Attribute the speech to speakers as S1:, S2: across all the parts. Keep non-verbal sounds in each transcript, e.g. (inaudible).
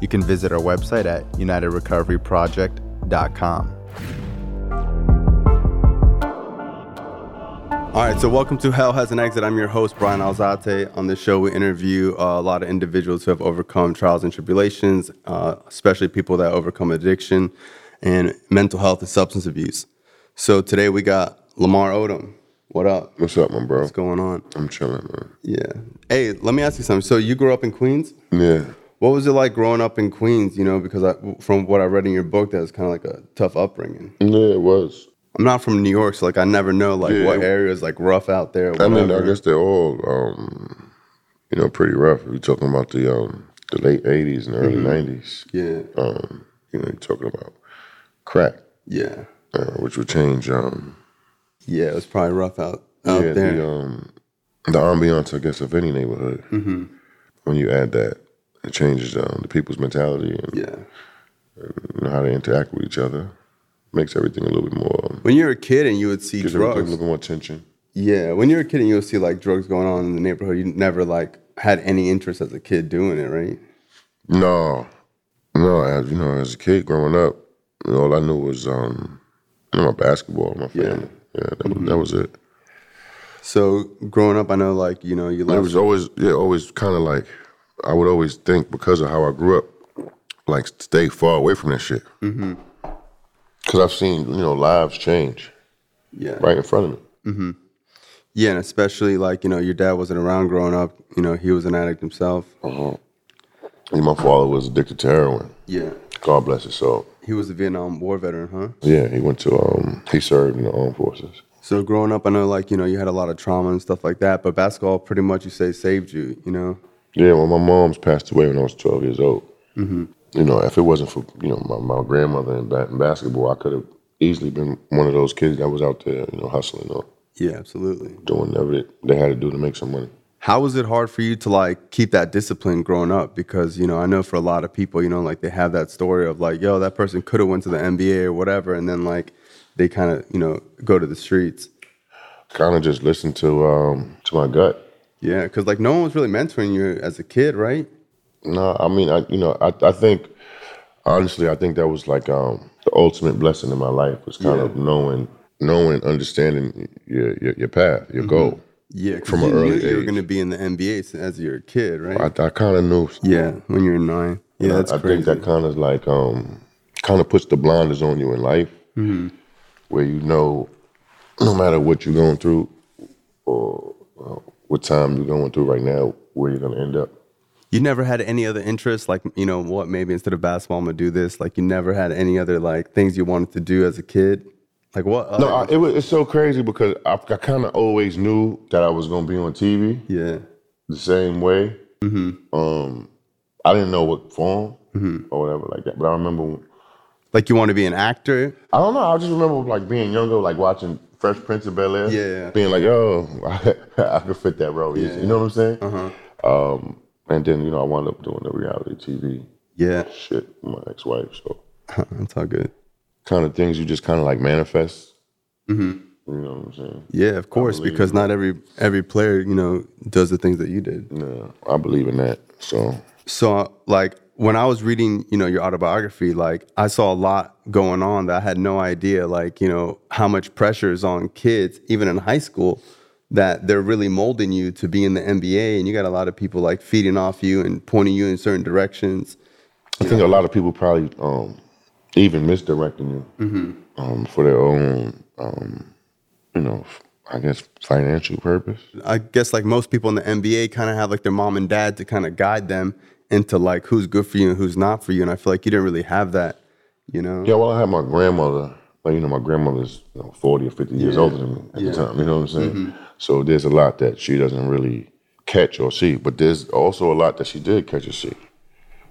S1: You can visit our website at unitedrecoveryproject.com. All right, so welcome to Hell Has an Exit. I'm your host, Brian Alzate. On this show, we interview uh, a lot of individuals who have overcome trials and tribulations, uh, especially people that overcome addiction and mental health and substance abuse. So today we got Lamar Odom. What up?
S2: What's up, my bro?
S1: What's going on?
S2: I'm chilling, man.
S1: Yeah. Hey, let me ask you something. So you grew up in Queens?
S2: Yeah.
S1: What was it like growing up in Queens? You know, because I, from what I read in your book, that was kind of like a tough upbringing.
S2: Yeah, it was.
S1: I'm not from New York, so like I never know like
S2: Yeah,
S1: what
S2: it-
S1: areas like rough out there.
S2: I mean, I
S1: whatever.
S2: guess they're all, um, you know, pretty rough. You're talking about the um, the late '80s and early '90s.
S1: Yeah.
S2: Um, you know, you're talking about crack,
S1: Yeah.
S2: uh, which would change um,
S1: Yeah, it was probably rough out out
S2: yeah,
S1: there.
S2: the um, the ambiance, I guess, of any neighborhood. When you add that, it changes um, the people's mentality and
S1: yeah.
S2: you know, how they interact with each other. Makes everything a little bit more. Um,
S1: When you're a kid and you would see
S2: gives everything a
S1: drugs.
S2: little bit more tension.
S1: Yeah. When you're a kid and you'll see like drugs going on in the neighborhood, you never like had any interest as a kid doing it, right?
S2: No, no. As you know, as a kid growing up, you know, all I knew was um, you know, my basketball, my family. Yeah, that, was, that was it.
S1: So growing up, I know like you know you
S2: It
S1: left.
S2: was always, yeah, always kind of like I would always think because of how I grew up, like stay far away from that shit. Because I've seen you know lives change
S1: yeah.
S2: right in front of me.
S1: Yeah, and especially like you know your dad wasn't around growing up. You know he was an addict himself.
S2: Uh-huh. And my father was addicted to heroin.
S1: Yeah.
S2: God bless his soul.
S1: He was a Vietnam War veteran, huh?
S2: Yeah, he went to um, he served in the armed forces.
S1: So growing up, I know like you know you had a lot of trauma and stuff like that, but basketball pretty much you say saved you. You know.
S2: Yeah, well, my mom's passed away when I was 12 years old. You know, if it wasn't for, you know, my, my grandmother in, ba- in basketball, I could have easily been one of those kids that was out there, you know, hustling or
S1: Yeah, absolutely.
S2: doing whatever they, they had to do to make some money.
S1: How was it hard for you to like keep that discipline growing up? Because you know I know for a lot of people, you know, like they have that story of like, yo, that person could have went to the NBA or whatever, and then like they kind of you know go to the streets.
S2: Kind of just listened to um, to my gut.
S1: Yeah, because like no one was really mentoring you as a kid, right?
S2: No, I mean, I you know, I, I think honestly, I think that was like um, the ultimate blessing in my life was kind of knowing, knowing, understanding your your, your path, your goal.
S1: Yeah, 'cause
S2: From
S1: you
S2: an
S1: knew
S2: early
S1: you were
S2: age.
S1: going to be in the NBA s- as you were a kid, right?
S2: I, I kind of knew
S1: yeah, when you were nine. Yeah, that's
S2: I, I
S1: crazy.
S2: think that kind of like um, kind of puts the blinders on you in life,
S1: Mm-hmm.
S2: where you know, no matter what you're going through, or uh, what time you're going through right now, where you're gonna end up.
S1: you never had any other interests, like you know what? Maybe instead of basketball, I'm gonna do this. Like you never had any other like things you wanted to do as a kid. Like what?
S2: No,
S1: other-
S2: I, it was, it's so crazy because I, I kind of always knew that I was gonna be on TV
S1: yeah,
S2: the same way.
S1: Mm-hmm.
S2: Um, I didn't know what form or whatever like that, but I remember
S1: like you want to be an actor.
S2: I don't know. I just remember like being younger, like watching Fresh Prince of Bel Air.
S1: Yeah.
S2: Being like, oh, (laughs) I, could fit that role. easy. You know what I'm saying? Um, and then you know I wound up doing the reality TV
S1: Yeah, (laughs)
S2: shit with my ex-wife. So
S1: that's all good.
S2: kind of things you just kind of like manifest. You know what I'm saying?
S1: Yeah, of course, because not every every player you know does the things that you did.
S2: Yeah, I believe in that. So
S1: So like when I was reading, you know, your autobiography, like I saw a lot going on that I had no idea, like, you know, how much pressure is on kids, even in high school, that they're really molding you to be in the NBA and you got a lot of people like feeding off you and pointing you in certain directions.
S2: I think a lot of people probably um, even misdirecting you um, for their own, um, you know, f- I guess financial purpose.
S1: I guess like most people in the NBA kind of have like their mom and dad to kind of guide them into like who's good for you and who's not for you. And I feel like you didn't really have that, you know?
S2: Yeah, well, I had my grandmother. Like, you know, my grandmother's you know, 40 or 50 years
S1: Yeah.
S2: older than me at
S1: Yeah.
S2: the time. You know what I'm saying? So there's a lot that she doesn't really catch or see. But there's also a lot that she did catch or see.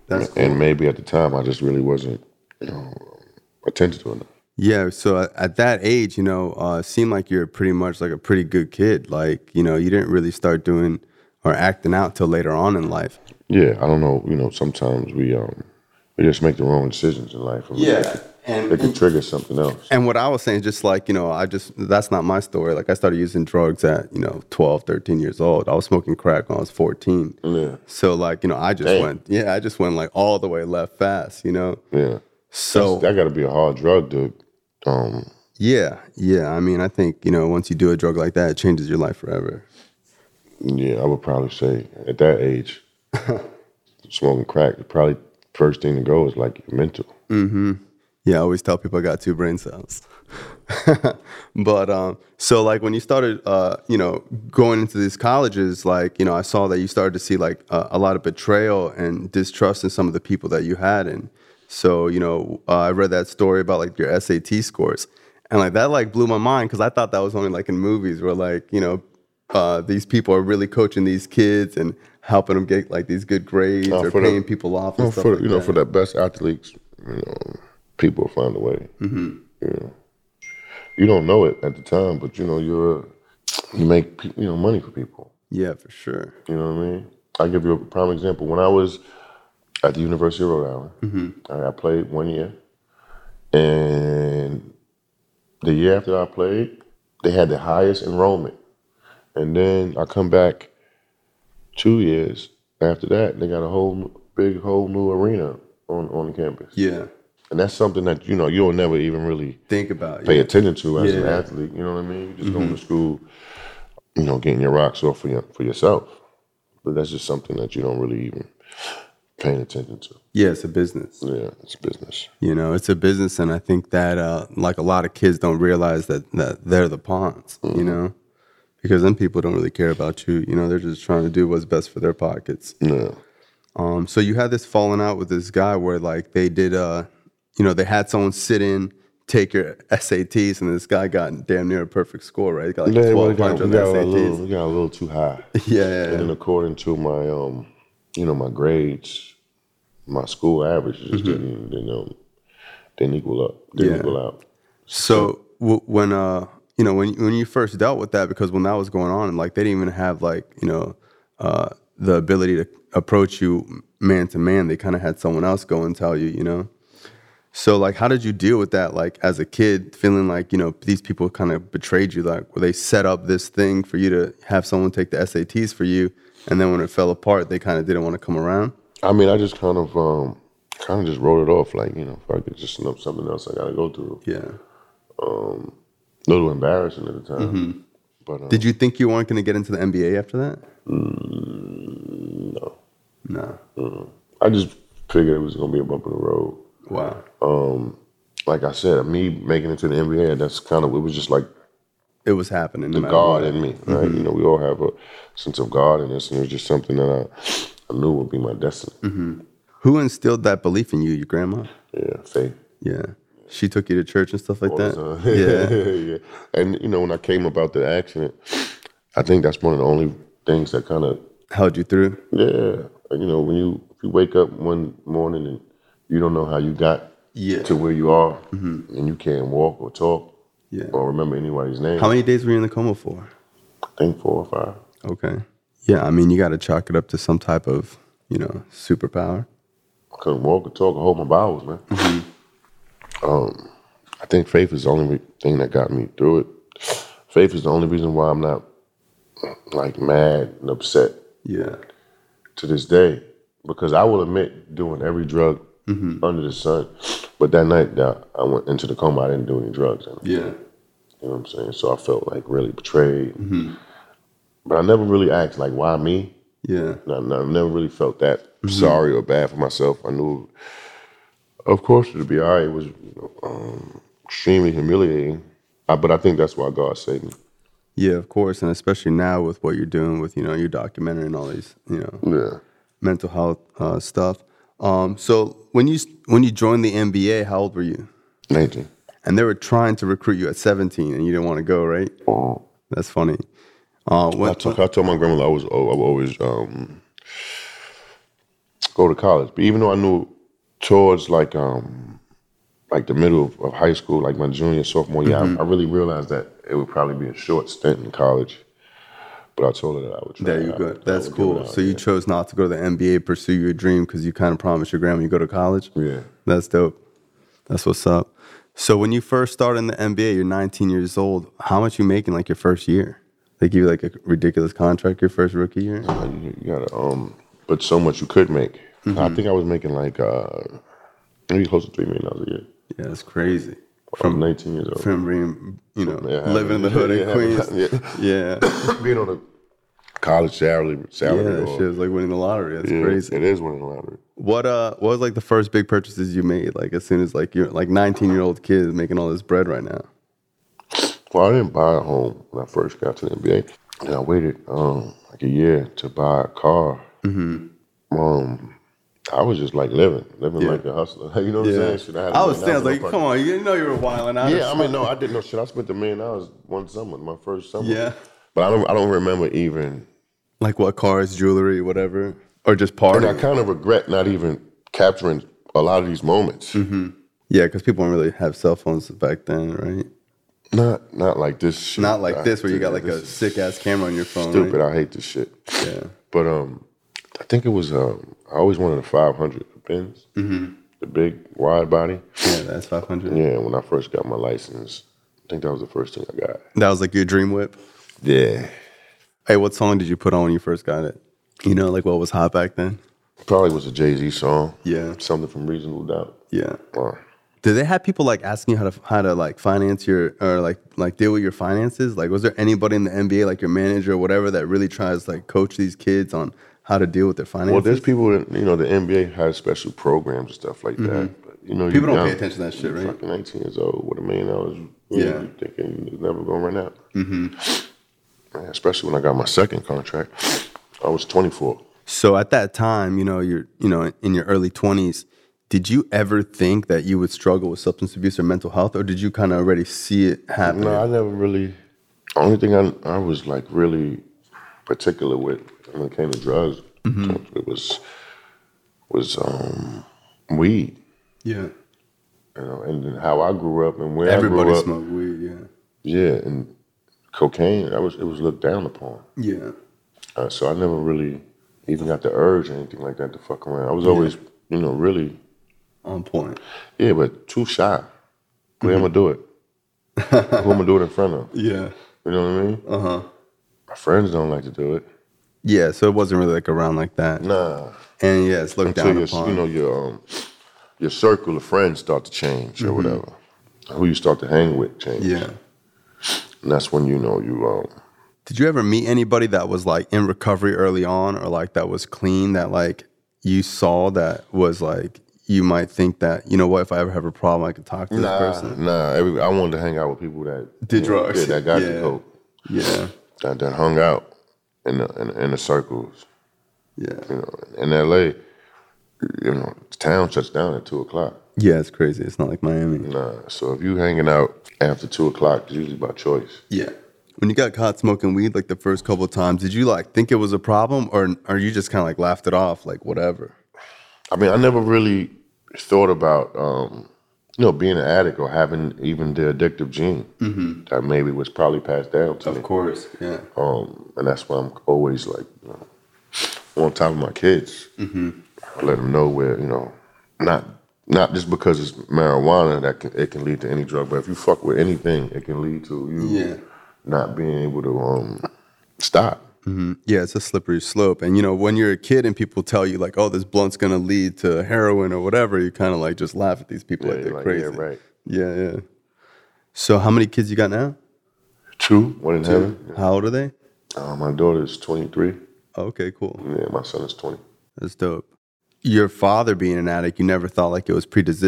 S3: That's cool.
S2: And maybe at the time, I just really wasn't you know, attentive to enough.
S1: Yeah, so at- at that age, you know, uh, it seemed like you're pretty much like a pretty good kid. Like, you know, you didn't really start doing or acting out till later on in life.
S2: Yeah, I don't know. You know, sometimes we um we just make the wrong decisions in life. I mean, it could-
S1: and
S2: it can trigger something else.
S1: and what I was saying, just like, you know, I just, that's not my story. Like, I started using drugs at, you know, 12, 13 years old. I was smoking crack when I was 14.
S2: Yeah,
S1: So, like, you know, I just
S2: Dang.
S1: went, yeah, I just went like all the way left fast, you know?
S2: yeah.
S1: So,
S2: That got to be a hard drug to um
S1: yeah, yeah. I mean, I think, you know, once you do a drug like that, it changes your life forever.
S2: Yeah, I would probably say at that age, (laughs) smoking crack, probably first thing to go is like your mental.
S1: Yeah, I always tell people I got two brain cells. (laughs) but um, so like when you started, uh, you know, going into these colleges, like you know, I saw that you started to see like a a lot of betrayal and distrust in some of the people that you had, and so you know, uh, I read that story about like your SAT scores, and like that like blew my mind because I thought that was only like in movies where like you know, uh, these people are really coaching these kids and helping them get like these good grades
S2: Oh,
S1: or
S2: for the-
S1: paying people off. And
S2: Well,
S1: stuff
S2: for
S1: like
S2: you know,
S1: that.
S2: for the best athletes, you know, people find a way. Mm-hmm. You know, you don't know it at the time, but you know, you're you make pe- you know money for people.
S1: yeah, for sure.
S2: You know what I mean? I'll give you a prime example. When I was at the University of Rhode Island, I, I played one year. And the year after I played, they had the highest enrollment. And then I come back two years after that, they got a whole new- big, whole new arena on, on the campus.
S1: Yeah,
S2: And that's something that, you know, you'll never even really
S1: think about it.
S2: pay attention to as an
S1: Yeah. Mm-hmm.
S2: athlete. You know what I mean? You just going to school, you know, getting your rocks off for your, for yourself. But that's just something that you don't really even paying attention to.
S1: Yeah, it's a business.
S2: Yeah, it's business.
S1: You know, it's a business, and I think that uh, like a lot of kids don't realize that that they're the pawns.
S2: Mm-hmm.
S1: You know, because then people don't really care about you. You know, they're just trying to do what's best for their pockets.
S2: Yeah,
S1: Um, so you had this falling out with this guy where like they did, uh, you know, they had someone sit in. Take your SATs, and this guy got damn near a perfect score, right? He got like
S2: yeah well, we,
S1: twelve hundred
S2: got, we,
S1: on
S2: got a
S1: the
S2: little,
S1: SATs.
S2: we got a little too high.
S1: (laughs) Yeah, yeah,
S2: And
S1: yeah.
S2: then according to my, um, you know, my grades, my school average just didn't, didn't, um, didn't equal up. Didn't
S1: Mm-hmm. Yeah.
S2: equal out.
S1: So w- when uh you know when when you first dealt with that because when that was going on like they didn't even have like you know uh the ability to approach you man to man they kind of had someone else go and tell you you know so like how did you deal with that like as a kid feeling like you know these people kind of betrayed you like where they set up this thing for you to have someone take the SATs for you and then when it fell apart they kind of didn't want to come around
S2: I mean, I just kind of, um, kind of just wrote it off. Like, you know, fuck, it's just some- something else I got to go through.
S1: yeah
S2: A little embarrassing at the time.
S1: Mm-hmm.
S2: But um,
S1: did you think you weren't going to get into the NBA after that
S2: no.
S1: no
S2: I just figured it was going to be a bump in the road.
S1: wow
S2: Like I said, me making it to the NBA, that's kind of, it was just like
S1: it was happening no
S2: the
S1: matter
S2: God
S1: what. Mm-hmm.
S2: in me, right? You know, we all have a sense of God in us, and it was just something that I, I knew would be my destiny.
S1: Mm. Who instilled that belief in you? Your grandma?
S2: Yeah, faith.
S1: Yeah. She took you to church and stuff like that.
S2: So, (laughs)
S1: yeah.
S2: yeah. And you know, when I came about the accident, I think that's one of the only things that kind of,
S1: Held you through.
S2: yeah, you know, when you if you wake up one morning and you don't know how you got
S1: Yeah. Mm-hmm.
S2: to where you are, and you can't walk or talk
S1: Yeah.
S2: or remember anybody's name.
S1: How many days were you in the coma for?
S2: I think four or five.
S1: Okay. Yeah, I mean you gotta chalk it up to some type of, you know, superpower.
S2: I couldn't walk or talk or hold my bowels, man. Um,
S1: Mm-hmm.
S2: I think faith is the only re- thing that got me through it. Faith is the only reason why I'm not like mad and upset
S1: Yeah.
S2: to this day because I will admit doing every drug
S1: Mm-hmm.
S2: under the sun. But that night that I went into the coma, I didn't do any drugs. You know,
S1: Yeah.
S2: You know what I'm saying? So I felt like really betrayed. But I never really asked like, why me?
S1: Yeah.
S2: And I, I never really felt that sorry or bad for myself. I knew, of course, it'd be all right. It was you know, um, extremely humiliating, I, but I think that's why God saved me.
S1: Yeah, of course. And especially now with what you're doing with, you know, your documentary and all these, you know,
S2: Yeah,
S1: mental health uh, stuff. Um, so when you s- when you joined the NBA, how old were you?
S2: nineteen.
S1: And they were trying to recruit you at 17, and you didn't want to go, right?
S2: Oh.
S1: That's funny. Uh,
S2: I
S1: what,
S2: told, I told my grandmother I was oh, I was always um, go to college. But even though I knew towards like um like the middle of, of high school, like my junior sophomore year,
S1: Mm-hmm.
S2: I, I really realized that it would probably be a short stint in college. But I told her that I would. Try
S1: There you
S2: I
S1: go.
S2: would- I
S1: That's
S2: would give it
S1: cool.
S2: out,
S1: So you chose not to go to the MBA, pursue your dream because you kind of promised your grandma you go to college.
S2: Yeah.
S1: That's dope. That's what's up. So when you first start in the MBA, you're 19 years old. How much you making like your first year? They give you like a ridiculous contract your first rookie year.
S2: yeah. you, you gotta um, but so much you could make.
S1: Mm-hmm.
S2: I think I was making like uh maybe close to three million dollars a year
S1: Yeah, that's crazy.
S2: from
S1: From
S2: nineteen years old.
S1: from being you know
S2: Yeah,
S1: living in the hood in
S2: (laughs) yeah,
S1: Queens.
S2: yeah.
S1: Yeah, yeah,
S2: (laughs) being on a college salary, salary,
S1: that
S2: or-
S1: shit was like winning the lottery. That's
S2: Yeah,
S1: crazy.
S2: It is winning the lottery.
S1: What uh, what was like the first big purchases you made? Like as soon as like you're like 19 year old kid making all this bread right now.
S2: Well, I didn't buy a home when I first got to the NBA, and I waited um, like a year to buy a car. Mm-hmm. Um, I was just like living, living like a hustler. (laughs) You know what I'm saying? Shit, had a
S1: I was saying,
S2: million dollars
S1: like,
S2: in my
S1: come
S2: pocket.
S1: on, you know you were wilding out.
S2: Yeah, I mean, no,
S1: (laughs)
S2: I didn't know shit. I spent a million dollars one summer, my first summer.
S1: Yeah.
S2: but I don't, I don't remember even,
S1: like what cars, jewelry, whatever, or just
S2: and I
S1: party.
S2: kind of regret not even capturing a lot of these moments.
S1: Mm-hmm. Yeah, because people don't really have cell phones back then, right?
S2: Not, not like this. shit.
S1: Not like
S2: I-
S1: this where you got like
S2: this
S1: a
S2: is
S1: sick ass camera on your phone.
S2: Stupid.
S1: right?
S2: I hate this shit.
S1: Yeah,
S2: But um, I think it was um, I always wanted a 500 Benz, mm-hmm. the big wide body.
S1: yeah, that's 500.
S2: Yeah, when I first got my license, I think that was the first thing I got.
S1: That was like your dream whip.
S2: Yeah,
S1: Hey, what song did you put on when you first got it? You know, like what was hot back then?
S2: probably was a Jay Z song.
S1: Yeah.
S2: something from Reasonable Doubt.
S1: Yeah.
S2: Or
S1: Did they have people like asking you how to how to like finance your or like like deal with your finances? Like, was there anybody in the NBA, like your manager or whatever, that really tries to, like coach these kids on how to deal with their finances?
S2: well, there's people that you know the NBA has special programs and stuff like that. But, you know,
S1: Mm-hmm. People
S2: you're
S1: don't pay
S2: young.
S1: attention to that shit,
S2: You're
S1: right?
S2: Fucking 19 years old with a million dollars.
S1: Yeah.
S2: Yeah, you thinking you're never gonna run out. Mm-hmm. Especially when I got my second contract, I was 24.
S1: So at that time, you know, you're you know in your early twenties. Did you ever think that you would struggle with substance abuse or mental health, or did you kind of already see it happen?
S2: No, I never really. The only thing I I was like really particular with when it came to drugs,
S1: Mm-hmm.
S2: it was was um, weed,
S1: Yeah,
S2: you know, and then how I grew up and where
S1: everybody
S2: I grew up.
S1: smoked weed. Yeah,
S2: Yeah, and cocaine. I was it was looked down upon.
S1: yeah,
S2: Uh, so I never really even got the urge or anything like that to fuck around. I was always, you know, really
S1: on
S2: (laughs)
S1: point.
S2: yeah, but too shy. Where
S1: Mm-hmm.
S2: am I do it? Who am I do it in front of?
S1: Yeah,
S2: You know what I mean?
S1: uh huh.
S2: My friends don't like to do it.
S1: Yeah, so it wasn't really like around like that.
S2: Nah.
S1: And yeah, it's looked
S2: until
S1: down
S2: your
S1: upon.
S2: you know your um, your circle of friends start to change or whatever. Who you start to hang with change.
S1: Mm-hmm. yeah.
S2: and that's when you know you um.
S1: Did you ever meet anybody that was like in recovery early on or like that was clean that like you saw that was like you might think that, you know what, if I ever have a problem I could talk to this
S2: Nah,
S1: person.
S2: nah. Every, I wanted to hang out with people that
S1: Did
S2: you know,
S1: drugs.
S2: yeah, that got
S1: Yeah.
S2: the coke,
S1: Yeah.
S2: that that hung out in the in, in the circles.
S1: Yeah.
S2: You know, in L.A., you know, the town shuts down at two o'clock.
S1: Yeah, it's crazy. It's not like Miami.
S2: Nah, so if you hanging out after two o'clock, it's usually by choice.
S1: Yeah. When you got caught smoking weed like the first couple of times, did you like think it was a problem or or you just kind of like laughed it off like whatever?
S2: I mean, I never really thought about, um, you know, being an addict or having even the addictive gene
S1: Mm-hmm.
S2: that maybe was probably passed down to me.
S1: course. Yeah.
S2: Um, and that's why I'm always like you know, on top of my kids.
S1: Mm-hmm.
S2: I let them know where you know, not not just because it's marijuana that can, it can lead to any drug, but if you fuck with anything, it can lead to you
S1: Yeah.
S2: not being able to um, stop.
S1: Yeah, it's a slippery slope. And you know, when you're a kid and people tell you like, "Oh, this blunt's gonna lead to heroin or whatever," you kind of like just laugh at these people like
S2: Yeah,
S1: they're
S2: like,
S1: crazy.
S2: yeah, right.
S1: Yeah, yeah. So, how many kids you got now?
S2: Two, one in heaven.
S1: How old are they?
S2: Uh, my daughter is 23.
S1: Okay, cool.
S2: Yeah, my son is 20.
S1: That's dope. Your father being an addict, you never thought like it was predis,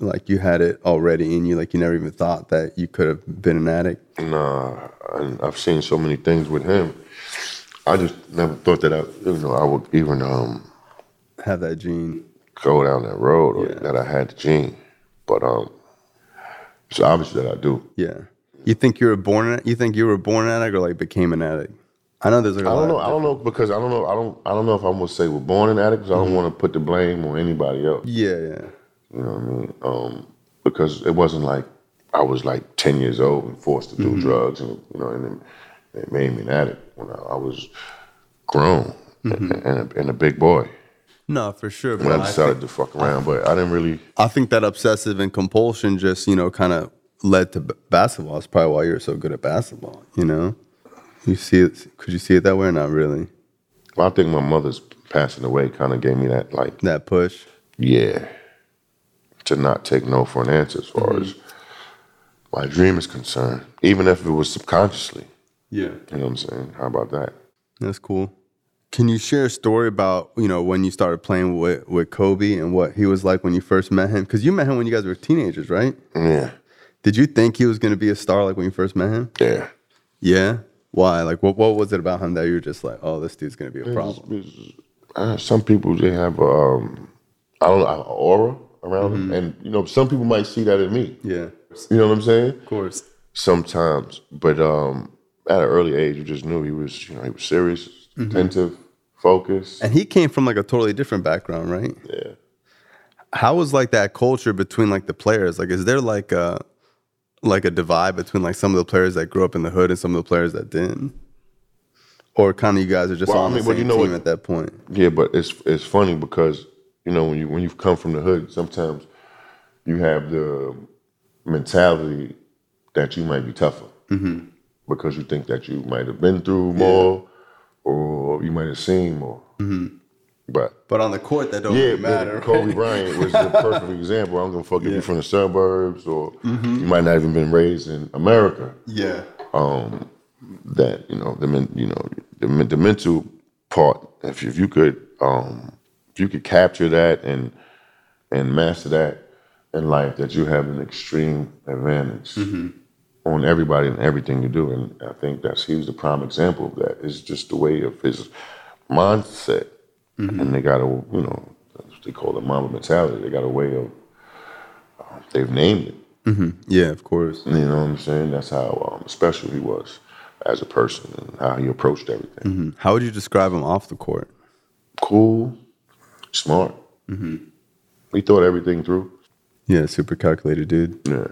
S1: like you had it already in you. Like you never even thought that you could have been an addict.
S2: Nah, uh, and I've seen so many things with him. I just never thought that I, you know, I would even um,
S1: Have that gene.
S2: go down that road or
S1: Yeah.
S2: that I had the gene. But um, it's obvious that I do.
S1: Yeah. You think you were born? an- You think you were born an addict or like became an addict? I know there's like a
S2: I
S1: lot
S2: don't
S1: of
S2: know. I don't know because I don't know. I don't. I don't know if I'm gonna say we're born an addict because I don't want to put the blame on anybody else.
S1: Yeah, yeah.
S2: You know what I mean? Um, because it wasn't like I was like 10 years old and forced to do drugs, and you know, and it, it made me an addict when I, I was grown and, and, a, and a big boy
S1: No, for sure. But
S2: when I
S1: I,
S2: decided
S1: think,
S2: to fuck around. But I didn't really.
S1: I think that obsessive and compulsion just, you know, kind of led to b- basketball. It's probably why you're so good at basketball, you know? You see it, could you see it that way or not really?
S2: I think my mother's passing away kind of gave me that like
S1: That push?
S2: yeah, to not take no for an answer as far as my dream is concerned, even if it was subconsciously.
S1: Yeah.
S2: You know what I'm saying? How about that?
S1: That's cool. Can you share a story about, you know, when you started playing with, with Kobe and what he was like when you first met him? Because you met him when you guys were teenagers, right?
S2: Yeah,
S1: Did you think he was going to be a star like when you first met him?
S2: yeah.
S1: Yeah. Why? Like, what, what was it about him that you were just like, oh, this dude's going to be a problem?
S2: Uh, some people they have um, I don't know, an aura around them, and you know some people might see that in me.
S1: Yeah.
S2: You know what I'm saying?
S1: Of course.
S2: Sometimes, but um, at an early age, you just knew he was you know he was serious, attentive, focused.
S1: And he came from like a totally different background, right?
S2: Yeah.
S1: How was like that culture between like the players? Like, is there like a like a divide between like some of the players that grew up in the hood and some of the players that didn't? Or kind of you guys are just
S2: Well,
S1: all
S2: I
S1: on
S2: mean,
S1: the
S2: well, you
S1: same
S2: know
S1: team
S2: what-
S1: at that point?
S2: Yeah, but it's it's funny because you know when you when you come from the hood, sometimes you have the mentality that you might be tougher because you think that you might have been through more or you might have seen more. But
S1: But on the court, that don't
S2: yeah,
S1: really matter.
S2: but Kobe Bryant was the perfect example. I don't give a fuck if you're from the suburbs or
S1: Mm-hmm.
S2: you might not even been raised in America
S1: Yeah.
S2: um, that you know the men, you know the, men- the mental part. If you, if you could um, if you could capture that and and master that in life, that you have an extreme advantage on everybody and everything you do. And I think that's he was the prime example of that. It's just the way of his mindset, and they got a you know that's what they call the mama mentality. They got a way of uh, they've named it.
S1: Yeah, of course.
S2: You know what I'm saying? That's how um, special he was as a person and how he approached everything.
S1: Mm-hmm. How would you describe him off the court?
S2: Cool, smart. He thought everything through.
S1: Yeah, super calculated dude.
S2: Yeah.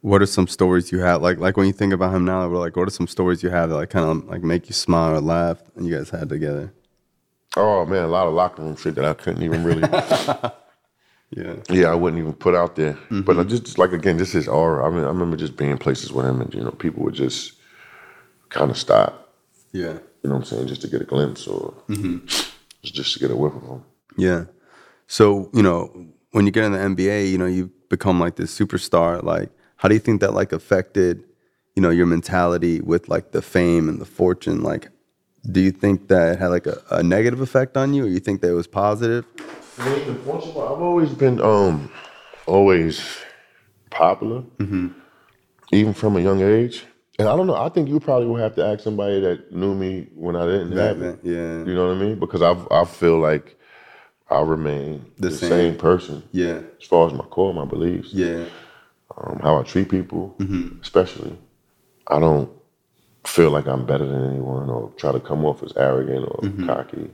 S1: What are some stories you had? Like like when you think about him now, we're like, what are some stories you have that like kind of like make you smile or laugh and you guys had together?
S2: Oh man, a lot of locker room shit that I couldn't even really.
S1: Yeah.
S2: yeah, I wouldn't even put out there. But I just, just like again, just his aura. I mean, I remember just being places with him, and you know, people would just kind of stop.
S1: Yeah.
S2: You know what I'm saying? Just to get a glimpse or just to get a whiff of him.
S1: Yeah. So, you know, when you get in the NBA, you know, you become like this superstar. Like, how do you think that like affected, you know, your mentality with like the fame and the fortune? Like, do you think that it had like a, a negative effect on you or you think that it was positive?
S2: Well, in Portugal, I've always been um always popular, even from a young age. And I don't know. I think you probably would have to ask somebody that knew me when I didn't have it.
S1: Yeah.
S2: You know what I mean? Because I I feel like I remain
S1: The
S2: the,
S1: same.
S2: same. person
S1: Yeah.
S2: as far as my core, my beliefs,
S1: Yeah.
S2: um, how I treat people, especially. I don't feel like I'm better than anyone or try to come off as arrogant or cocky.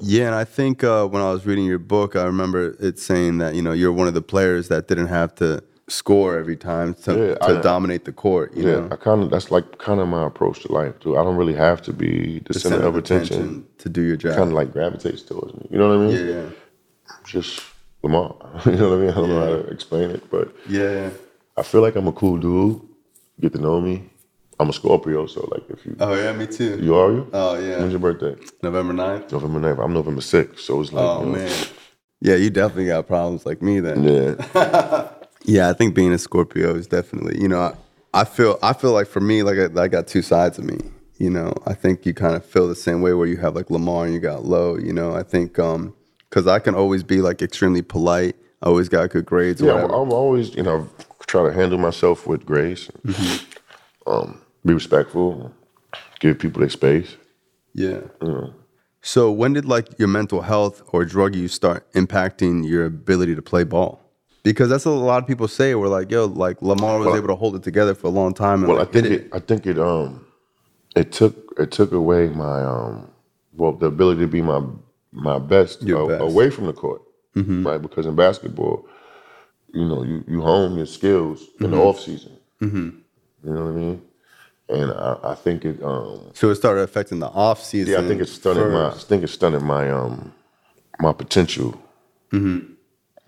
S1: Yeah, and I think uh, when I was reading your book, I remember it saying that you know you're one of the players that didn't have to score every time to,
S2: Yeah,
S1: to
S2: I-
S1: dominate the court. You
S2: Yeah,
S1: know,
S2: I kind of that's like kind of my approach to life too. I don't really have to be the, center, of attention.
S1: to do your job.
S2: Kind of like gravitates towards me. You know what I
S1: yeah,
S2: mean?
S1: yeah,
S2: Just Lamar. (laughs) you know what I mean? I don't know how to explain it, but
S1: yeah.
S2: I feel like I'm a cool dude. Get to know me. I'm a Scorpio, so like if you
S1: Oh yeah, me too.
S2: you are you?
S1: Oh yeah,
S2: When's your birthday?
S1: November 9th.
S2: November 9th. I'm November 6th, so it's like
S1: Oh
S2: you know,
S1: man. Yeah, you definitely got problems like me then. (laughs)
S2: Yeah.
S1: Yeah, I think being a Scorpio is definitely, you know, I, I feel I feel like for me, like I, I got two sides of me. You know, I think you kind of feel the same way where you have like Lamar and you got low. You know, I think um because I can always be like extremely polite. I always got good grades. or
S2: Yeah, I'm,
S1: whatever.
S2: I'm always, you know, try to handle myself with grace.
S1: Mm-hmm.
S2: Um, be respectful. Give people their space.
S1: yeah.
S2: Mm.
S1: So when did like your mental health or drug use start impacting your ability to play ball? Because that's what a lot of people say. We're like, yo, like Lamar was able to hold it together for a long time. And
S2: Well,
S1: like,
S2: I think
S1: hit
S2: it, I think it um it took it took away my um well the ability to be my my best, Mm-hmm.
S1: Your
S2: a-
S1: best.
S2: away from the court, right? Because in basketball, you know, you you hone your skills in the off season. You know what I mean? And I, I think it um
S1: So it started affecting the off season.
S2: yeah, I think it's stunning my. I think it's stunning my um my potential. Mm-hmm.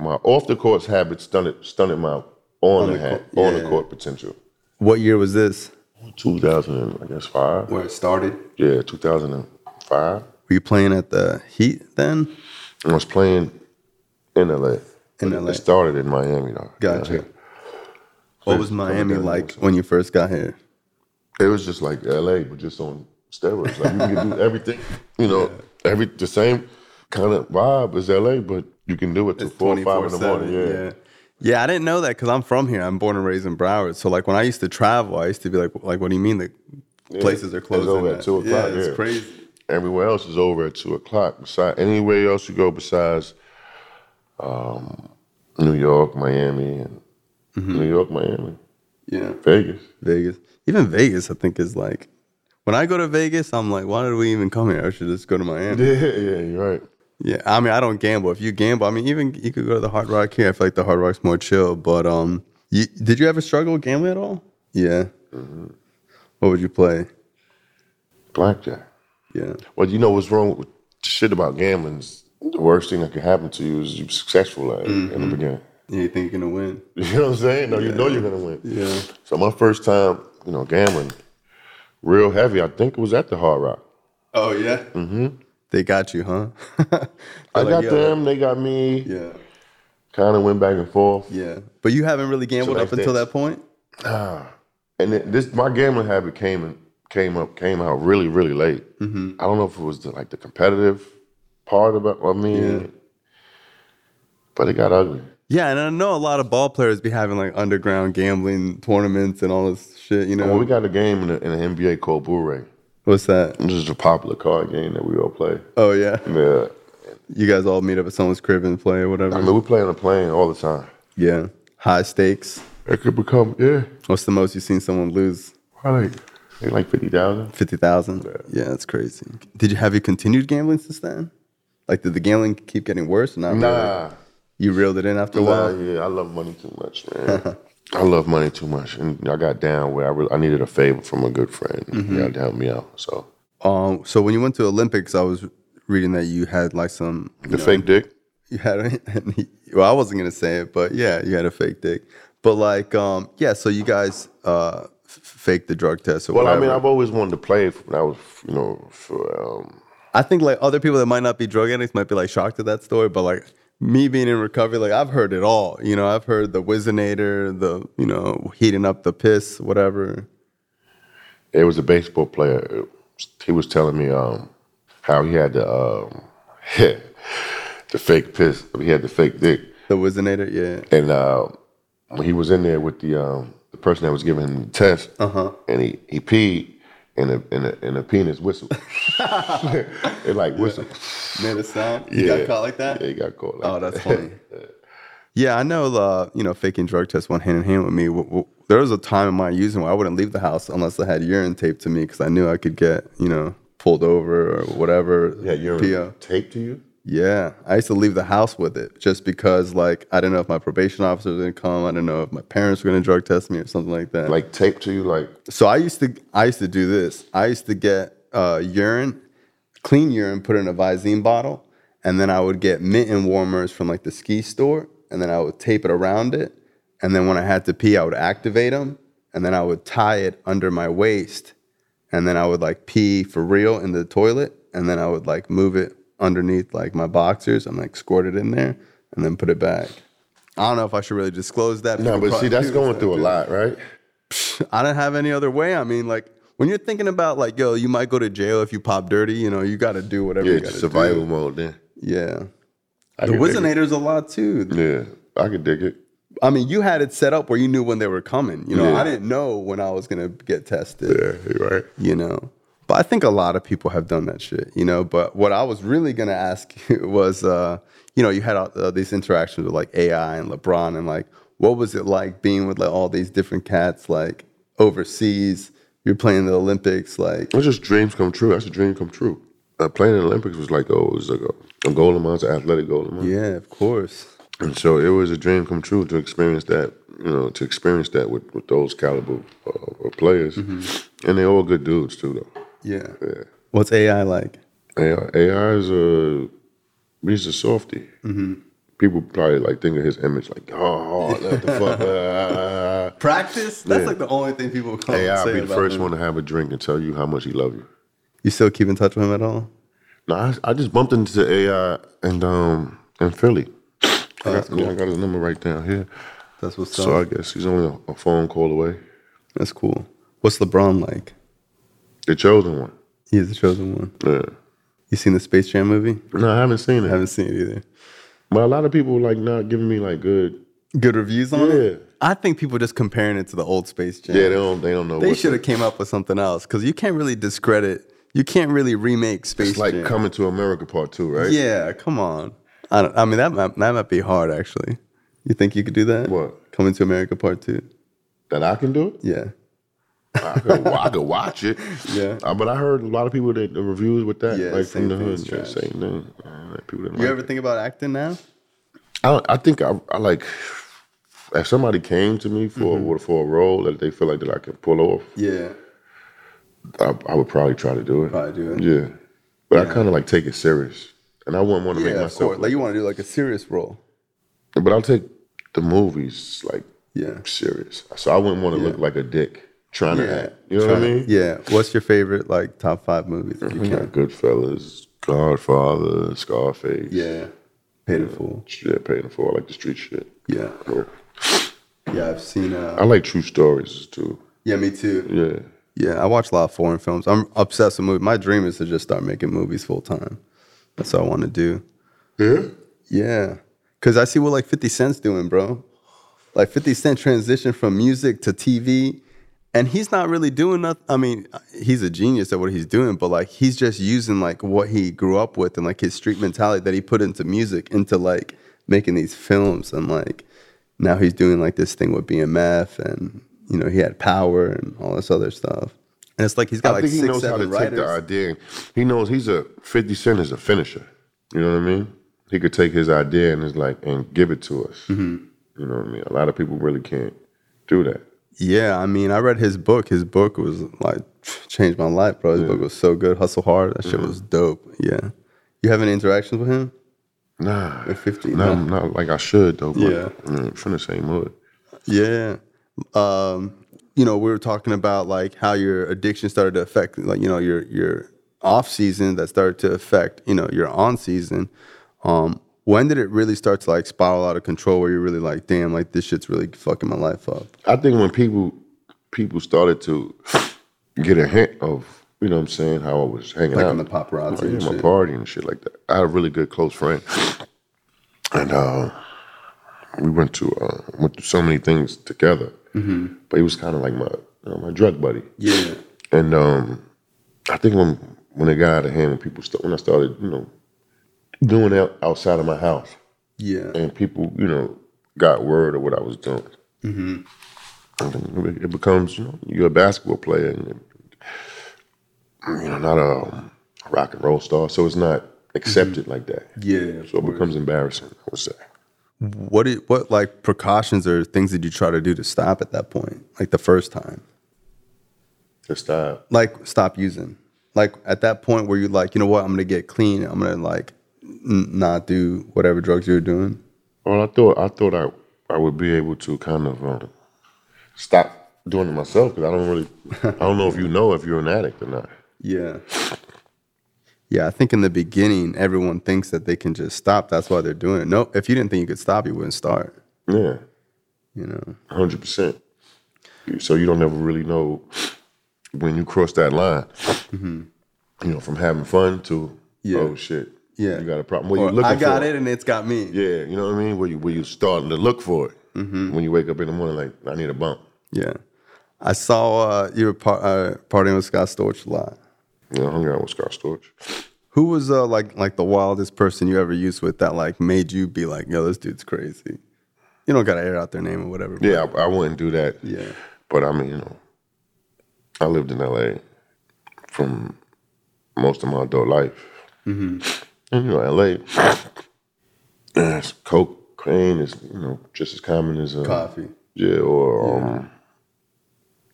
S2: My off the court habits stunted stunted my on, the,
S1: the
S2: hat,
S1: court,
S2: on
S1: yeah.
S2: the court potential.
S1: What year was this?
S2: Two thousand and I guess five.
S1: Where it started.
S2: Yeah, two thousand and five.
S1: Were you playing at the Heat then?
S2: I was playing in LA.
S1: In
S2: But
S1: LA.
S2: It started in Miami though.
S1: Gotcha. What was Miami
S2: down
S1: like when you first got here?
S2: It was just like LA, but just on steroids. Like
S1: (laughs)
S2: you can do everything. You know, every the same kind of vibe as LA, but you can do it till four or five in the morning.
S1: yeah. Yeah, I didn't know that because I'm from here. I'm born and raised in Broward. So like when I used to travel, I used to be like, like what do you mean the places are
S2: it's
S1: closing?
S2: over at 2 o'clock,
S1: Yeah,
S2: yeah.
S1: it's crazy.
S2: Everywhere else is over at two o'clock. Besides, anywhere else you go besides um, New York, Miami, and
S1: Mm-hmm.
S2: New York, Miami,
S1: Yeah,
S2: Vegas.
S1: Vegas. Even Vegas, I think is like when I go to Vegas, I'm like, why did we even come here? I should just go to Miami.
S2: Yeah, yeah, you're right.
S1: (laughs) Yeah, I mean, I don't gamble. If you gamble, I mean, even you could go to the Hard Rock here. I feel like the Hard Rock's more chill. But um, you, did you ever struggle with gambling at all? Yeah.
S2: Mm-hmm.
S1: What would you play?
S2: Blackjack.
S1: Yeah.
S2: Well, you know what's wrong with shit about gambling? Is the worst thing that can happen to you is you're successful at it
S1: Mm-hmm.
S2: in the beginning. (laughs)
S1: yeah you think you're gonna win?
S2: You know what I'm saying? No, you know you're gonna win.
S1: Yeah.
S2: So my first time, you know, gambling, real heavy. I think it was at the Hard Rock.
S1: Oh yeah. Mm-hmm. They got you, huh? (laughs)
S2: I
S1: They're like,
S2: got
S1: "Yo,
S2: them. They got me.
S1: Yeah.
S2: Kind of went back and forth.
S1: Yeah. But you haven't really gambled
S2: like
S1: up until
S2: this.
S1: that point.
S2: And then this, my gambling habit came and came up, came out really, really late.
S1: Mm-hmm.
S2: I don't know if it was the, like the competitive part about. I mean, but it got ugly.
S1: Yeah, and I know a lot of ball players be having like underground gambling tournaments and all this shit. You know
S2: Well, Oh, we got a game in the, in the NBA called Bure.
S1: what's that?
S2: This is a popular card game that we all play.
S1: Oh yeah.
S2: Yeah,
S1: You guys all meet up at someone's crib and play or whatever.
S2: I mean, we play on a plane all the time.
S1: Yeah. High stakes.
S2: It could become yeah,
S1: What's the most you've seen someone lose?
S2: probably like, like fifty thousand.
S1: Fifty thousand. Yeah, that's crazy. Did you have you continued gambling since then? Like, did the gambling keep getting worse? Or not really?
S2: Nah,
S1: You reeled it in after a
S2: nah,
S1: while.
S2: yeah, I love money too much, man. (laughs) I love money too much, and I got down where I really, I needed a favor from a good friend you know, to help me out. So
S1: Um. So when you went to Olympics, I was reading that you had like some. you
S2: the
S1: know,
S2: fake dick.
S1: You had. an- (laughs) Well, I wasn't gonna say it, but yeah, you had a fake dick. But like, um, yeah. So you guys uh f- faked the drug test or
S2: Well,
S1: whatever.
S2: I mean, I've always wanted to play f- when I was, you know, for, um,
S1: I think like other people that might not be drug addicts might be like shocked at that story, but like me being in recovery, like I've heard it all. You know, I've heard the whizzinator, the you know heating up the piss, whatever.
S2: it was a baseball player. It was- He was telling me um, how he had the um, (laughs) the fake piss. He had the fake dick,
S1: The whizzinator, yeah.
S2: and uh, when he was in there with the um, the person that was giving him the test,
S1: Uh-huh.
S2: and he he peed. And a, and, a, and a
S1: (laughs)
S2: penis whistle. it like whistled.
S1: Made a sound. You
S2: Yeah.
S1: got caught like that.
S2: Yeah, he got caught like
S1: Oh, that's (laughs)
S2: that. (laughs)
S1: funny. yeah, I know. Uh, you know, faking drug tests went hand in hand with me. W- w- there was a time in my using where I wouldn't leave the house unless I had urine taped to me because I knew I could get you know pulled over or whatever.
S2: Yeah, you're
S1: PO.
S2: taped to you?
S1: Yeah, I used to leave the house with it just because, like, I didn't know if my probation officer was gonna come. I didn't know if my parents were gonna drug test me or something like that.
S2: Like taped to you? Like,
S1: so I used to, I used to do this. I used to get uh, urine, clean urine, put in a Visine bottle, and then I would get mitten warmers from like the ski store, and then I would tape it around it, and then when I had to pee, I would activate them, and then I would tie it under my waist, and then I would like pee for real in the toilet, and then I would like move it underneath like my boxers and like squirt it in there, and then put it back. I don't know if I should really disclose that.
S2: no,
S1: People
S2: but see,
S1: probably
S2: that's
S1: do
S2: going
S1: that,
S2: through a
S1: too.
S2: lot, right?
S1: I don't have any other way. I mean, like when you're thinking about like, yo, you might go to jail if you pop dirty. You know, you got to do whatever.
S2: Yeah,
S1: you
S2: it's
S1: got to
S2: survival mode then.
S1: Do. Yeah,
S2: I
S1: the
S2: could dig it.
S1: Wizinator's a lot too.
S2: Yeah, I could dig it.
S1: I mean, you had it set up where you knew when they were coming. You know,
S2: Yeah.
S1: I didn't know when I was gonna get tested.
S2: Yeah, you're right.
S1: You know, but I think a lot of people have done that shit. You know, but what I was really gonna ask (laughs) you was, uh, you know, you had uh, these interactions with like AI and LeBron, and like, what was it like being with like all these different cats, like overseas? you're playing the Olympics, like
S2: It's just dreams come true. That's a dream come true. Uh, playing in the Olympics was like, oh, it was like a, a goal of mine, it's an athletic goal of mine.
S1: yeah, of course.
S2: And so it was a dream come true to experience that, you know, to experience that with, with those caliber uh, of players. And they're all good dudes, too, though.
S1: Yeah. What's AI like?
S2: AI, AI is a, he's a softy. People probably like think of his image like, oh, what the fuck. ah."
S1: Practice? That's like the only thing people come
S2: AI
S1: say
S2: be the
S1: about
S2: first
S1: him.
S2: one to have a drink and tell you how much he love you.
S1: You still keep in touch with him at all?
S2: No, I, I just bumped into AI and um in Philly. I, got, yeah, I got his number right down here.
S1: That's what's
S2: So I
S1: up.
S2: guess he's only a, a phone call away.
S1: That's cool. What's LeBron like?
S2: The chosen one.
S1: He's the chosen one.
S2: Yeah.
S1: You seen the Space Jam movie?
S2: No, I haven't seen
S1: I
S2: it.
S1: haven't seen it either.
S2: But a lot of people like not giving me like good.
S1: Good reviews on
S2: Yeah.
S1: it? I think people just comparing it to the old Space Jam.
S2: Yeah, they don't. They don't know.
S1: They
S2: what's
S1: should
S2: up.
S1: have came up with something else because you can't really discredit. You can't really remake Space
S2: It's like
S1: Jam.
S2: coming to America part two, right?
S1: Yeah, come on. I, don't, I mean that might, that might be hard actually. You think you could do that?
S2: What?
S1: Coming to America Part Two?
S2: That I can do it.
S1: Yeah.
S2: I could, wa- I could watch it.
S1: Yeah.
S2: Uh, but I heard a lot of people that the reviews with that,
S1: Yeah,
S2: like
S1: same
S2: from the hood,
S1: thing's trash.
S2: same thing. Uh, like, people didn't
S1: You
S2: like
S1: ever think about acting now?
S2: I don't- I think I, I like if somebody came to me for
S1: Mm-hmm.
S2: for a role that they feel like that I can pull off,
S1: Yeah,
S2: I, I would probably try to do it.
S1: probably do it.
S2: Yeah, but I kind of like take it serious, and I wouldn't want to
S1: Yeah,
S2: make
S1: of
S2: myself.
S1: course. Like you want to do like a serious role.
S2: but I'll take the movies like
S1: Yeah.
S2: serious, so I wouldn't want to look like a dick trying to act. You know what I mean?
S1: Yeah. What's your favorite like top five movies? That you
S2: We got
S1: can?
S2: Goodfellas, Godfather, Scarface.
S1: Yeah. Paid in Full.
S2: yeah, paying for like the street shit.
S1: Yeah. Yeah, I've seen.
S2: I
S1: Uh,
S2: like true stories too.
S1: yeah, me too.
S2: Yeah,
S1: Yeah, I watch a lot of foreign films. I'm obsessed with movies. My dream is to just start making movies full time. That's what I want to do.
S2: yeah.
S1: Yeah. Cause I see what like 50 Cent's doing, bro. Like 50 Cent transitioned from music to TV. And he's not really doing nothing. I mean, he's a genius at what he's doing, but like he's just using like what he grew up with and like his street mentality that he put into music into like making these films. And like now he's doing like this thing with BMF and you know, he had power and all this other stuff. And it's like he's got
S2: I
S1: like
S2: think
S1: six,
S2: he knows how to
S1: seven
S2: take the
S1: writers.
S2: idea. He knows he's a Fifty Cent is a finisher. You know what I mean? He could take his idea and is like and give it to us. You know what I mean? A lot of people really can't do that.
S1: Yeah, I mean, I read his book. His book was like changed my life, bro. His book was so good. Hustle Hard. That shit
S2: Mm-hmm.
S1: was dope. Yeah. You having interactions with him?
S2: Nah,
S1: At 50?
S2: no, not like I should though. But,
S1: Yeah.
S2: I mean, from the same hood.
S1: Yeah. Um, you know, we were talking about like how your addiction started to affect like, you know, your your off season that started to affect, you know, your on season. Um, when did it really start to like spiral out of control where you're really like, damn, like this shit's really fucking my life up?
S2: I think when people people started to get a hint of you know what I'm saying how I was hanging
S1: Like
S2: out
S1: on the paparazzi and
S2: like, Oh, yeah, my
S1: shit.
S2: party and shit like that. I had a really good close friend, and uh, we went to uh, went through so many things together. But he was kind of like my you know, my drug buddy,
S1: Mm-hmm. Yeah.
S2: and um, I think when when it got out of hand and people st- when I started you know doing that outside of my house
S1: Yeah.
S2: and people, you know, got word of what I was doing. And it becomes, you know, you're a basketball player, and you know, not a um, rock and roll star, so it's not accepted like that.
S1: Yeah.
S2: So it becomes embarrassing. I would say.
S1: What did, what like precautions or things did you try to do to stop at that point? Like the first time,
S2: Just stop.
S1: like stop using. Like at that point where you like, you know what, I'm gonna get clean. I'm gonna like n- not do whatever drugs you were doing.
S2: Well, I thought I thought I I would be able to kind of um, stop doing it myself because I don't really I don't know if you know if you're an addict or not.
S1: Yeah. Yeah, I think in the beginning everyone thinks that they can just stop. That's why they're doing it. No, if you didn't think you could stop, you wouldn't start.
S2: Yeah.
S1: You know.
S2: hundred percent. So you don't ever really know when you cross that line. You know, from having fun to
S1: Mm-hmm. Yeah.
S2: oh shit,
S1: Yeah.
S2: you got a problem. What you
S1: Or,
S2: looking
S1: I got
S2: for?
S1: it Mm-hmm. and it's got me. Yeah.
S2: Yeah, you know what I mean. Where you where you starting to look for it when you wake up in the morning, like I need a bump.
S1: I saw uh, you were par- uh, partying with Scott Storch a lot.
S2: You know, I hung out with Scott Storch.
S1: Who was uh, like like the wildest person you ever used with that like made you be like, yo, this dude's crazy? You don't gotta air out their name or whatever. but-
S2: Yeah, I, I wouldn't do that.
S1: Yeah.
S2: but I mean, you know, I lived in LA from most of my adult life. Mm-hmm. And you know, LA, it's cocaine is you know just as common as uh,
S1: Coffee.
S2: yeah, or um,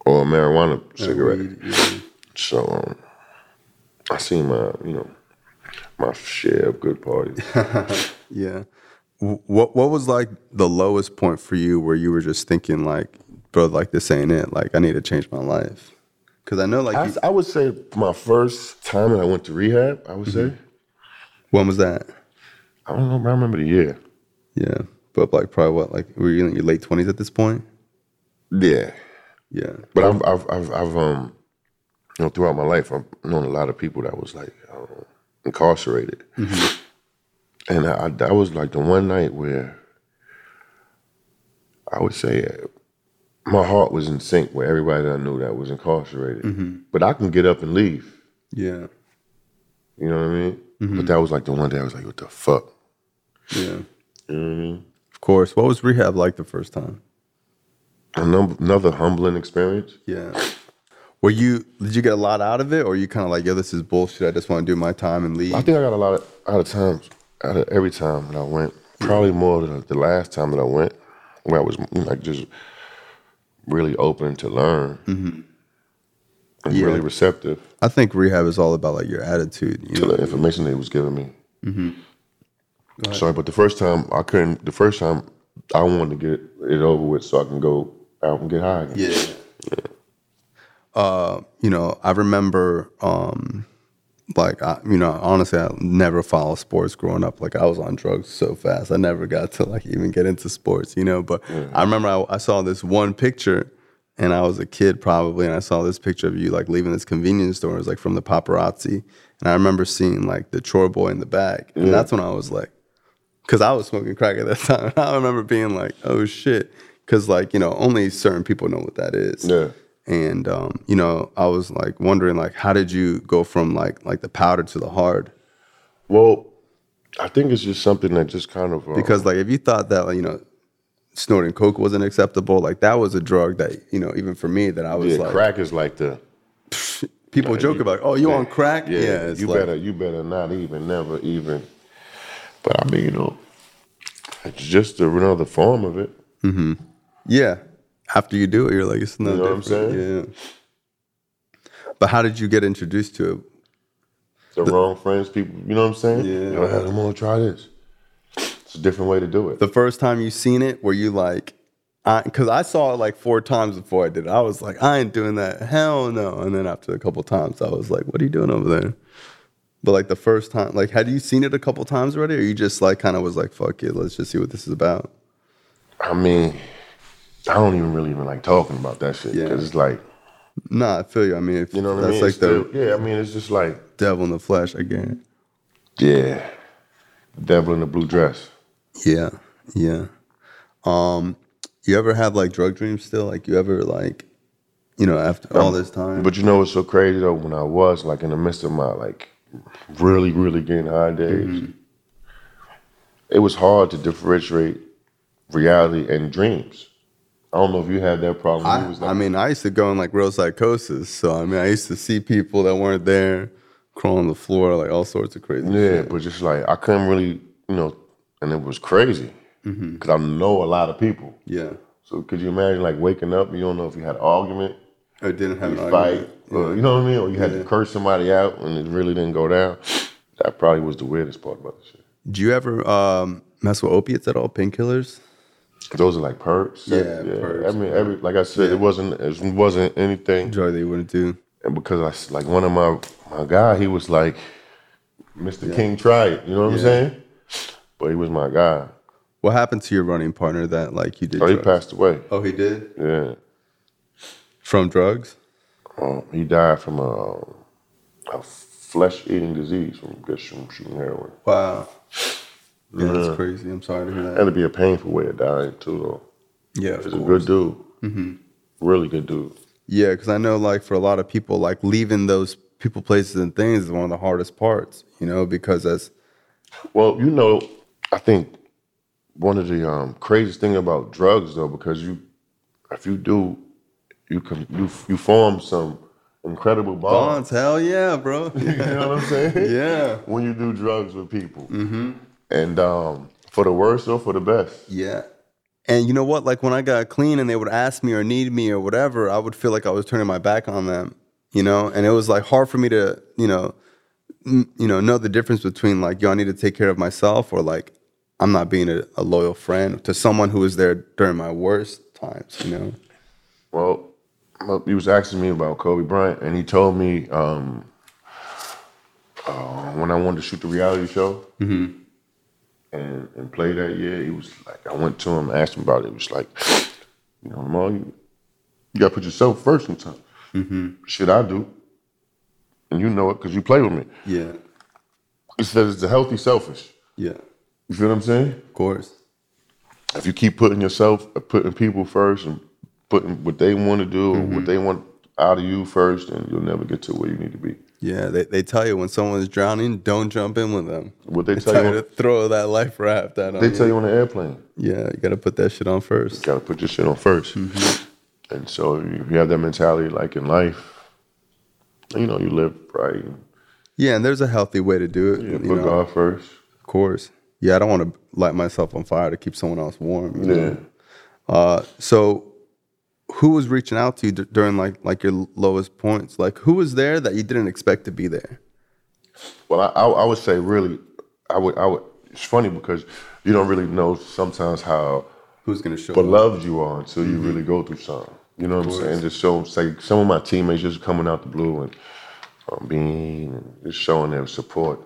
S2: or a marijuana cigarette.
S1: Weed, yeah.
S2: So um, I seen my you know my share of good parties.
S1: Yeah. Wh- What what was like the lowest point for you where you were just thinking like, bro, like this ain't it. Like I need to change my life. Cause I know like
S2: (laughs) I,
S1: you,
S2: I would say my first time that I went to rehab, I would say
S1: when was that?
S2: I don't know. but I remember the year.
S1: Yeah. But like probably what like were you in your late twenties at this point?
S2: Yeah,
S1: Yeah.
S2: but I've I've I've, I've um you know throughout my life I've known a lot of people that was like uh, incarcerated, and I, I that was like the one night where I would say uh, my heart was in sync with everybody that I knew that was incarcerated, but I can get up and leave.
S1: Yeah.
S2: You know what I mean? But that was like the one day I was like, what the fuck?
S1: Yeah. Of course. What was rehab like the first time?
S2: Another another humbling experience.
S1: Yeah. Were you did you get a lot out of it or you kinda like, yo, this is bullshit. I just want to do my time and leave?
S2: I think I got a lot of, out of times, out of every time that I went. Probably more than the last time that I went, where I was like just really open to learn and
S1: Mm-hmm. Yeah.
S2: really receptive
S1: I think rehab is all about like your attitude. You
S2: to
S1: know?
S2: the information they was giving me.
S1: Mm-hmm.
S2: Sorry, but the first time I couldn't. The first time I wanted to get it over with so I can go out and get high. Again.
S1: Yeah. Uh, you know, I remember, um, like, I, you know, honestly, I never followed sports growing up. Like, I was on drugs so fast, I never got to like even get into sports, you know. But I remember I, I saw this one picture, and I was a kid probably, and I saw this picture of you like leaving this convenience store. It was like from the paparazzi, and I remember seeing like the chore boy in the back, and that's when I was like, because I was smoking crack at that (laughs) time. I remember being like, oh shit. Because, like, you know, only certain people know what that is.
S2: Yeah.
S1: And, um, you know, I was like wondering, like, how did you go from like like the powder to the hard?
S2: Well, I think it's just something that just kind of uh,
S1: Because, like, if you thought that, like, you know, snorting coke wasn't acceptable, like, that was a drug that, you know, even for me, that I was
S2: yeah,
S1: like,
S2: crack is like the
S1: people joke about, oh, you on crack? Yeah. it's
S2: you
S1: like,
S2: better you better not even never even. But I mean, you know, it's just another form of it.
S1: Yeah. After you do it, you're like, it's no
S2: You know what I'm
S1: different. Yeah. But how did you get introduced to it?
S2: The, wrong friends, people. You know what I'm saying?
S1: Yeah.
S2: Yo, hey, I'm gonna try this. It's a different way to do it.
S1: the first time you seen it, were you like, I because I saw it like four times before I did it. I was like, I ain't doing that. Hell no. And then after a couple times, I was like, what are you doing over there? But like the first time, like, had you seen it a couple times already? Or you just like kind of was like, fuck it, let's just see what this is about?
S2: I mean, I don't even really even like talking about that shit
S1: Yeah.
S2: because it's like
S1: Nah, I feel you. I mean, if
S2: you know what
S1: that's
S2: I mean.
S1: like
S2: It's
S1: the
S2: still- yeah, I mean, it's just like
S1: devil in the flesh again.
S2: yeah, devil in the blue dress.
S1: Yeah. Yeah. Um, you ever have like drug dreams still? Like you ever like, you know, after
S2: Um,
S1: all this time?
S2: But you know what's so crazy though? When I was like in the midst of my like really, really getting high days,
S1: Mm-hmm.
S2: it was hard to differentiate reality and dreams. I don't know if you had that problem. You
S1: I,
S2: was like,
S1: I mean, I used to go in like real psychosis. So I mean, I used to see people that weren't there crawl on the floor, like all sorts of crazy.
S2: yeah, but just like I couldn't really, you know, and it was crazy because
S1: Mm-hmm.
S2: I know a lot of people.
S1: Yeah,
S2: So could you imagine like waking up? and You don't know if you had an argument,
S1: I didn't have an
S2: fight,
S1: argument.
S2: or, you know what I mean, or you had to curse somebody out and it really didn't go down. That probably was the weirdest part about the shit.
S1: Do you ever um, mess with opiates at all? Painkillers?
S2: Those are like perks.
S1: Yeah, perks,
S2: I mean, every like I said, it wasn't it wasn't anything.
S1: Drug that you wouldn't do?
S2: And because I s- like one of my my guy, he was like Mr. King tried. You know what I'm
S1: Yeah.
S2: saying? But he was my guy.
S1: What happened to your running partner that like you did?
S2: So he
S1: drugs?
S2: passed away.
S1: oh, he did
S2: Yeah,
S1: from drugs.
S2: um, he died from a, a flesh eating disease from just from shooting heroin.
S1: Wow. Yeah, that's crazy. I'm sorry to hear that.
S2: Had to be a painful way of dying too. Though
S1: Yeah,
S2: he's a good dude.
S1: Mm-hmm.
S2: Really good dude.
S1: Yeah, because I know like for a lot of people, like leaving those people, places, and things is one of the hardest parts. You know, because that's
S2: Well, you know, I think one of the um, craziest thing about drugs, though, because you, if you do, you can you you form some incredible bonds.
S1: Bonds, hell yeah, bro.
S2: (laughs) you know what I'm
S1: (laughs)
S2: saying? (laughs)
S1: yeah.
S2: When you do drugs with people, and um, for the worse or for the best,
S1: Yeah. And you know what? Like when I got clean and they would ask me or need me or whatever, I would feel like I was turning my back on them, you know? And it was like hard for me to, you know, n- you know, know the difference between like, yo, I need to take care of myself or like I'm not being a, a loyal friend to someone who was there during my worst times, you know?
S2: Well, well, he was asking me about Kobe Bryant, and he told me um, uh, when I wanted to shoot the reality show and, and play that year, he was like, I went to him, asked him about it. He was like, you know, Ma, you, you got to put yourself first sometimes. Shit, I do. And you know it because you play with me.
S1: Yeah.
S2: He said it's a healthy selfish.
S1: Yeah.
S2: You feel what I'm saying?
S1: Of course.
S2: if you keep putting yourself, uh, putting people first, and putting what they want to do, or what they want out of you first, then you'll never get to where you need to be.
S1: Yeah. They, they tell you when someone's drowning, don't jump in with them.
S2: What they
S1: They
S2: tell
S1: tell
S2: you
S1: you to throw that life raft at
S2: They
S1: them.
S2: tell you on the airplane,
S1: Yeah. You got to put that shit on first.
S2: gotta put your shit on 1st And so if you have that mentality, like in life, you know, you live right.
S1: Yeah. And there's a healthy way to do it.
S2: You
S1: you
S2: put
S1: know?
S2: God first.
S1: Of course. Yeah, I don't want to light myself on fire to keep someone else warm. you know?
S2: Yeah.
S1: Uh, so, who was reaching out to you d- during like like your lowest points? Like, who was there that you didn't expect to be there?
S2: Well, I, I, I would say really, I would, I would. It's funny because you don't really know sometimes how
S1: Who's gonna show up?
S2: beloved you are until
S1: Mm-hmm.
S2: you really go through something. You know what I'm saying? Just show like some of my teammates just coming out the blue and um, being and just showing their support.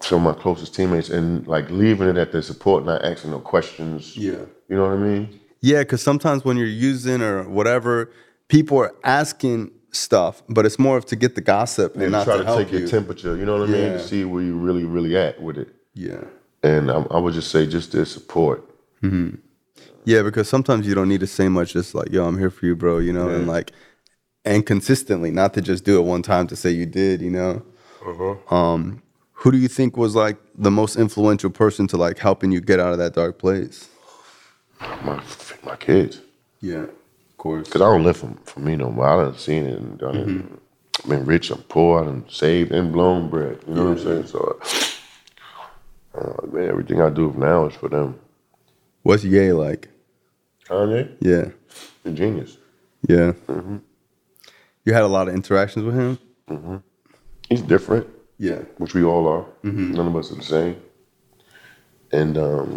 S2: Some of my closest teammates and like leaving it at their support, not asking no questions.
S1: Yeah.
S2: you know what I mean?
S1: Yeah, because sometimes when you're using or whatever, people are asking stuff, but it's more of to get the gossip and
S2: And
S1: not
S2: try
S1: to,
S2: to,
S1: help
S2: take
S1: you.
S2: your temperature. You know what I mean?
S1: Yeah.
S2: To see where you really, really at with it.
S1: yeah.
S2: And I, I would just say, just their support.
S1: Yeah, because sometimes you don't need to say much, just like, yo, I'm here for you, bro, you know, and like, and consistently, not to just do it one time to say you did, you know. Um, who do you think was like the most influential person to like helping you get out of that dark place?
S2: My my kids.
S1: Yeah, of course.
S2: Cause I don't live for, for me no more. I done seen it. And done it. Been rich and poor. I done saved and blown bread. You know what I'm saying? So, uh, man, everything I do now is for them.
S1: What's Ye like?
S2: Kanye,
S1: Yeah,
S2: a genius.
S1: yeah. You had a lot of interactions with him.
S2: He's different,
S1: Yeah,
S2: which we all are. None of us are the same. And um,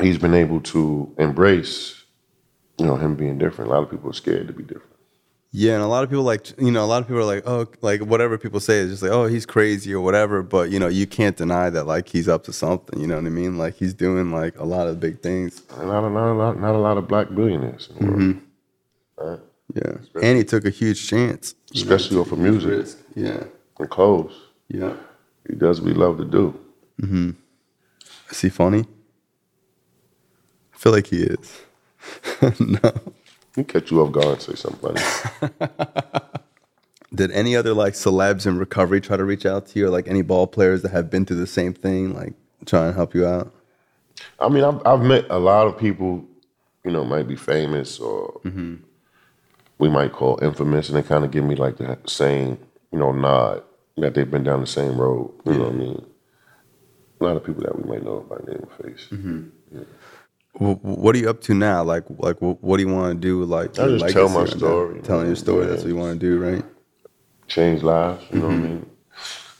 S2: he's been able to embrace, you know, him being different. A lot of people are scared to be different.
S1: yeah, and a lot of people like you know a lot of people are like oh like whatever people say is just like oh he's crazy or whatever, but you know you can't deny that like he's up to something. You know what I mean? Like he's doing like a lot of big things.
S2: And not a lot, a lot, not a lot of black billionaires, in the world,
S1: Yeah, and he took a huge chance.
S2: especially off of music
S1: Yeah,
S2: and clothes.
S1: yeah.
S2: He does what he loves to do.
S1: Is he funny? I feel like he is. (laughs) no.
S2: He catch you off guard and say something. funny.
S1: Did any other like celebs in recovery try to reach out to you, or like any ball players that have been through the same thing, like try and help you out?
S2: I mean, I've, I've met a lot of people, you know, might be famous or we might call infamous, and they kind of give me like the same, you know, nod that they've been down the same road. You know what I mean? A lot of people that we might know by name or face.
S1: Wh- What are you up to now? Like, like wh- what do you want to do? Like,
S2: I
S1: your
S2: just tell my
S1: legacy right now?
S2: story,
S1: Telling
S2: man.
S1: your story. That's
S2: Yeah.
S1: what you want to do, right?
S2: Change lives. You know what I mean?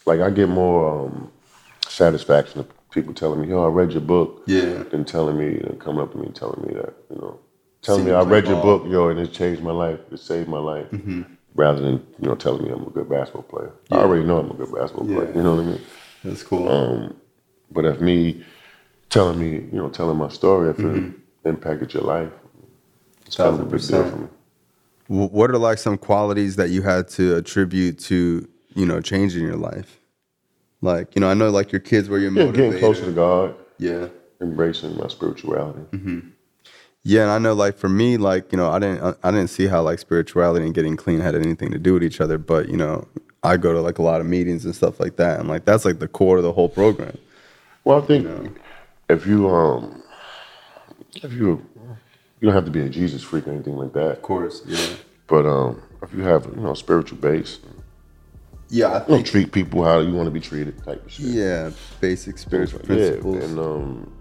S2: Like I get more um, satisfaction of people telling me, "Yo, I read your book."
S1: Yeah.
S2: Than telling me, than coming up to me and telling me that, you know, telling
S1: Seems
S2: me I
S1: like
S2: read your
S1: all-
S2: book, yo, and it changed my life. It saved my life.
S1: Mm-hmm.
S2: Rather than you know telling me I'm a good basketball player. I already know I'm a good basketball player.
S1: Yeah.
S2: You know what I mean? Um,
S1: That's cool.
S2: Uh. But if me telling me, you know, telling my story, if it impacted your life, it's kind of a
S1: Mm-hmm. Thousand
S2: big deal
S1: percent.
S2: for me.
S1: Wh- what are like some qualities that you had to attribute to you know changing your life like you know i know like your kids were your
S2: Yeah,
S1: motivator
S2: getting closer to God,
S1: yeah
S2: embracing my spirituality.
S1: Mm-hmm. yeah and i know like for me like you know i didn't I- i didn't see how like spirituality and getting clean had anything to do with each other but you know i go to like a lot of meetings and stuff like that and like that's like the core of the whole program
S2: Well, I think if you um, if you you don't have to be a Jesus freak or anything like that.
S1: course yeah
S2: But um, if you have you know a spiritual base,
S4: Yeah, I
S2: you know,
S4: think,
S2: treat people how you want to be treated, type of shit.
S4: yeah, basic spiritual
S2: Yeah,
S4: principles.
S2: and um,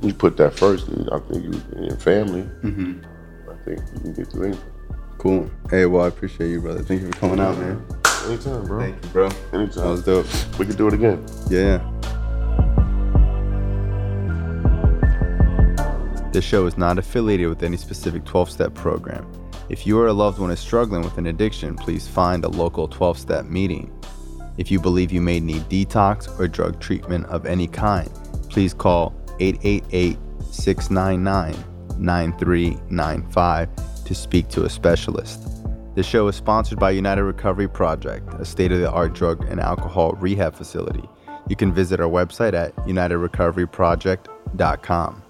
S2: you put that first. And I think you in family.
S4: Mm-hmm.
S2: I think you can get through anything.
S4: Cool. Hey, well, I appreciate you, brother. Thank you for coming out, man.
S2: Anytime, bro.
S1: Thank you, bro.
S2: Anytime.
S4: That was dope.
S2: We can do it again.
S4: Yeah.
S1: This show is not affiliated with any specific 12 step program. If you or a loved one is struggling with an addiction, please find a local 12 step meeting. If you believe you may need detox or drug treatment of any kind, please call 888 699 9395 to speak to a specialist. This show is sponsored by United Recovery Project, a state of the art drug and alcohol rehab facility. You can visit our website at unitedrecoveryproject.com.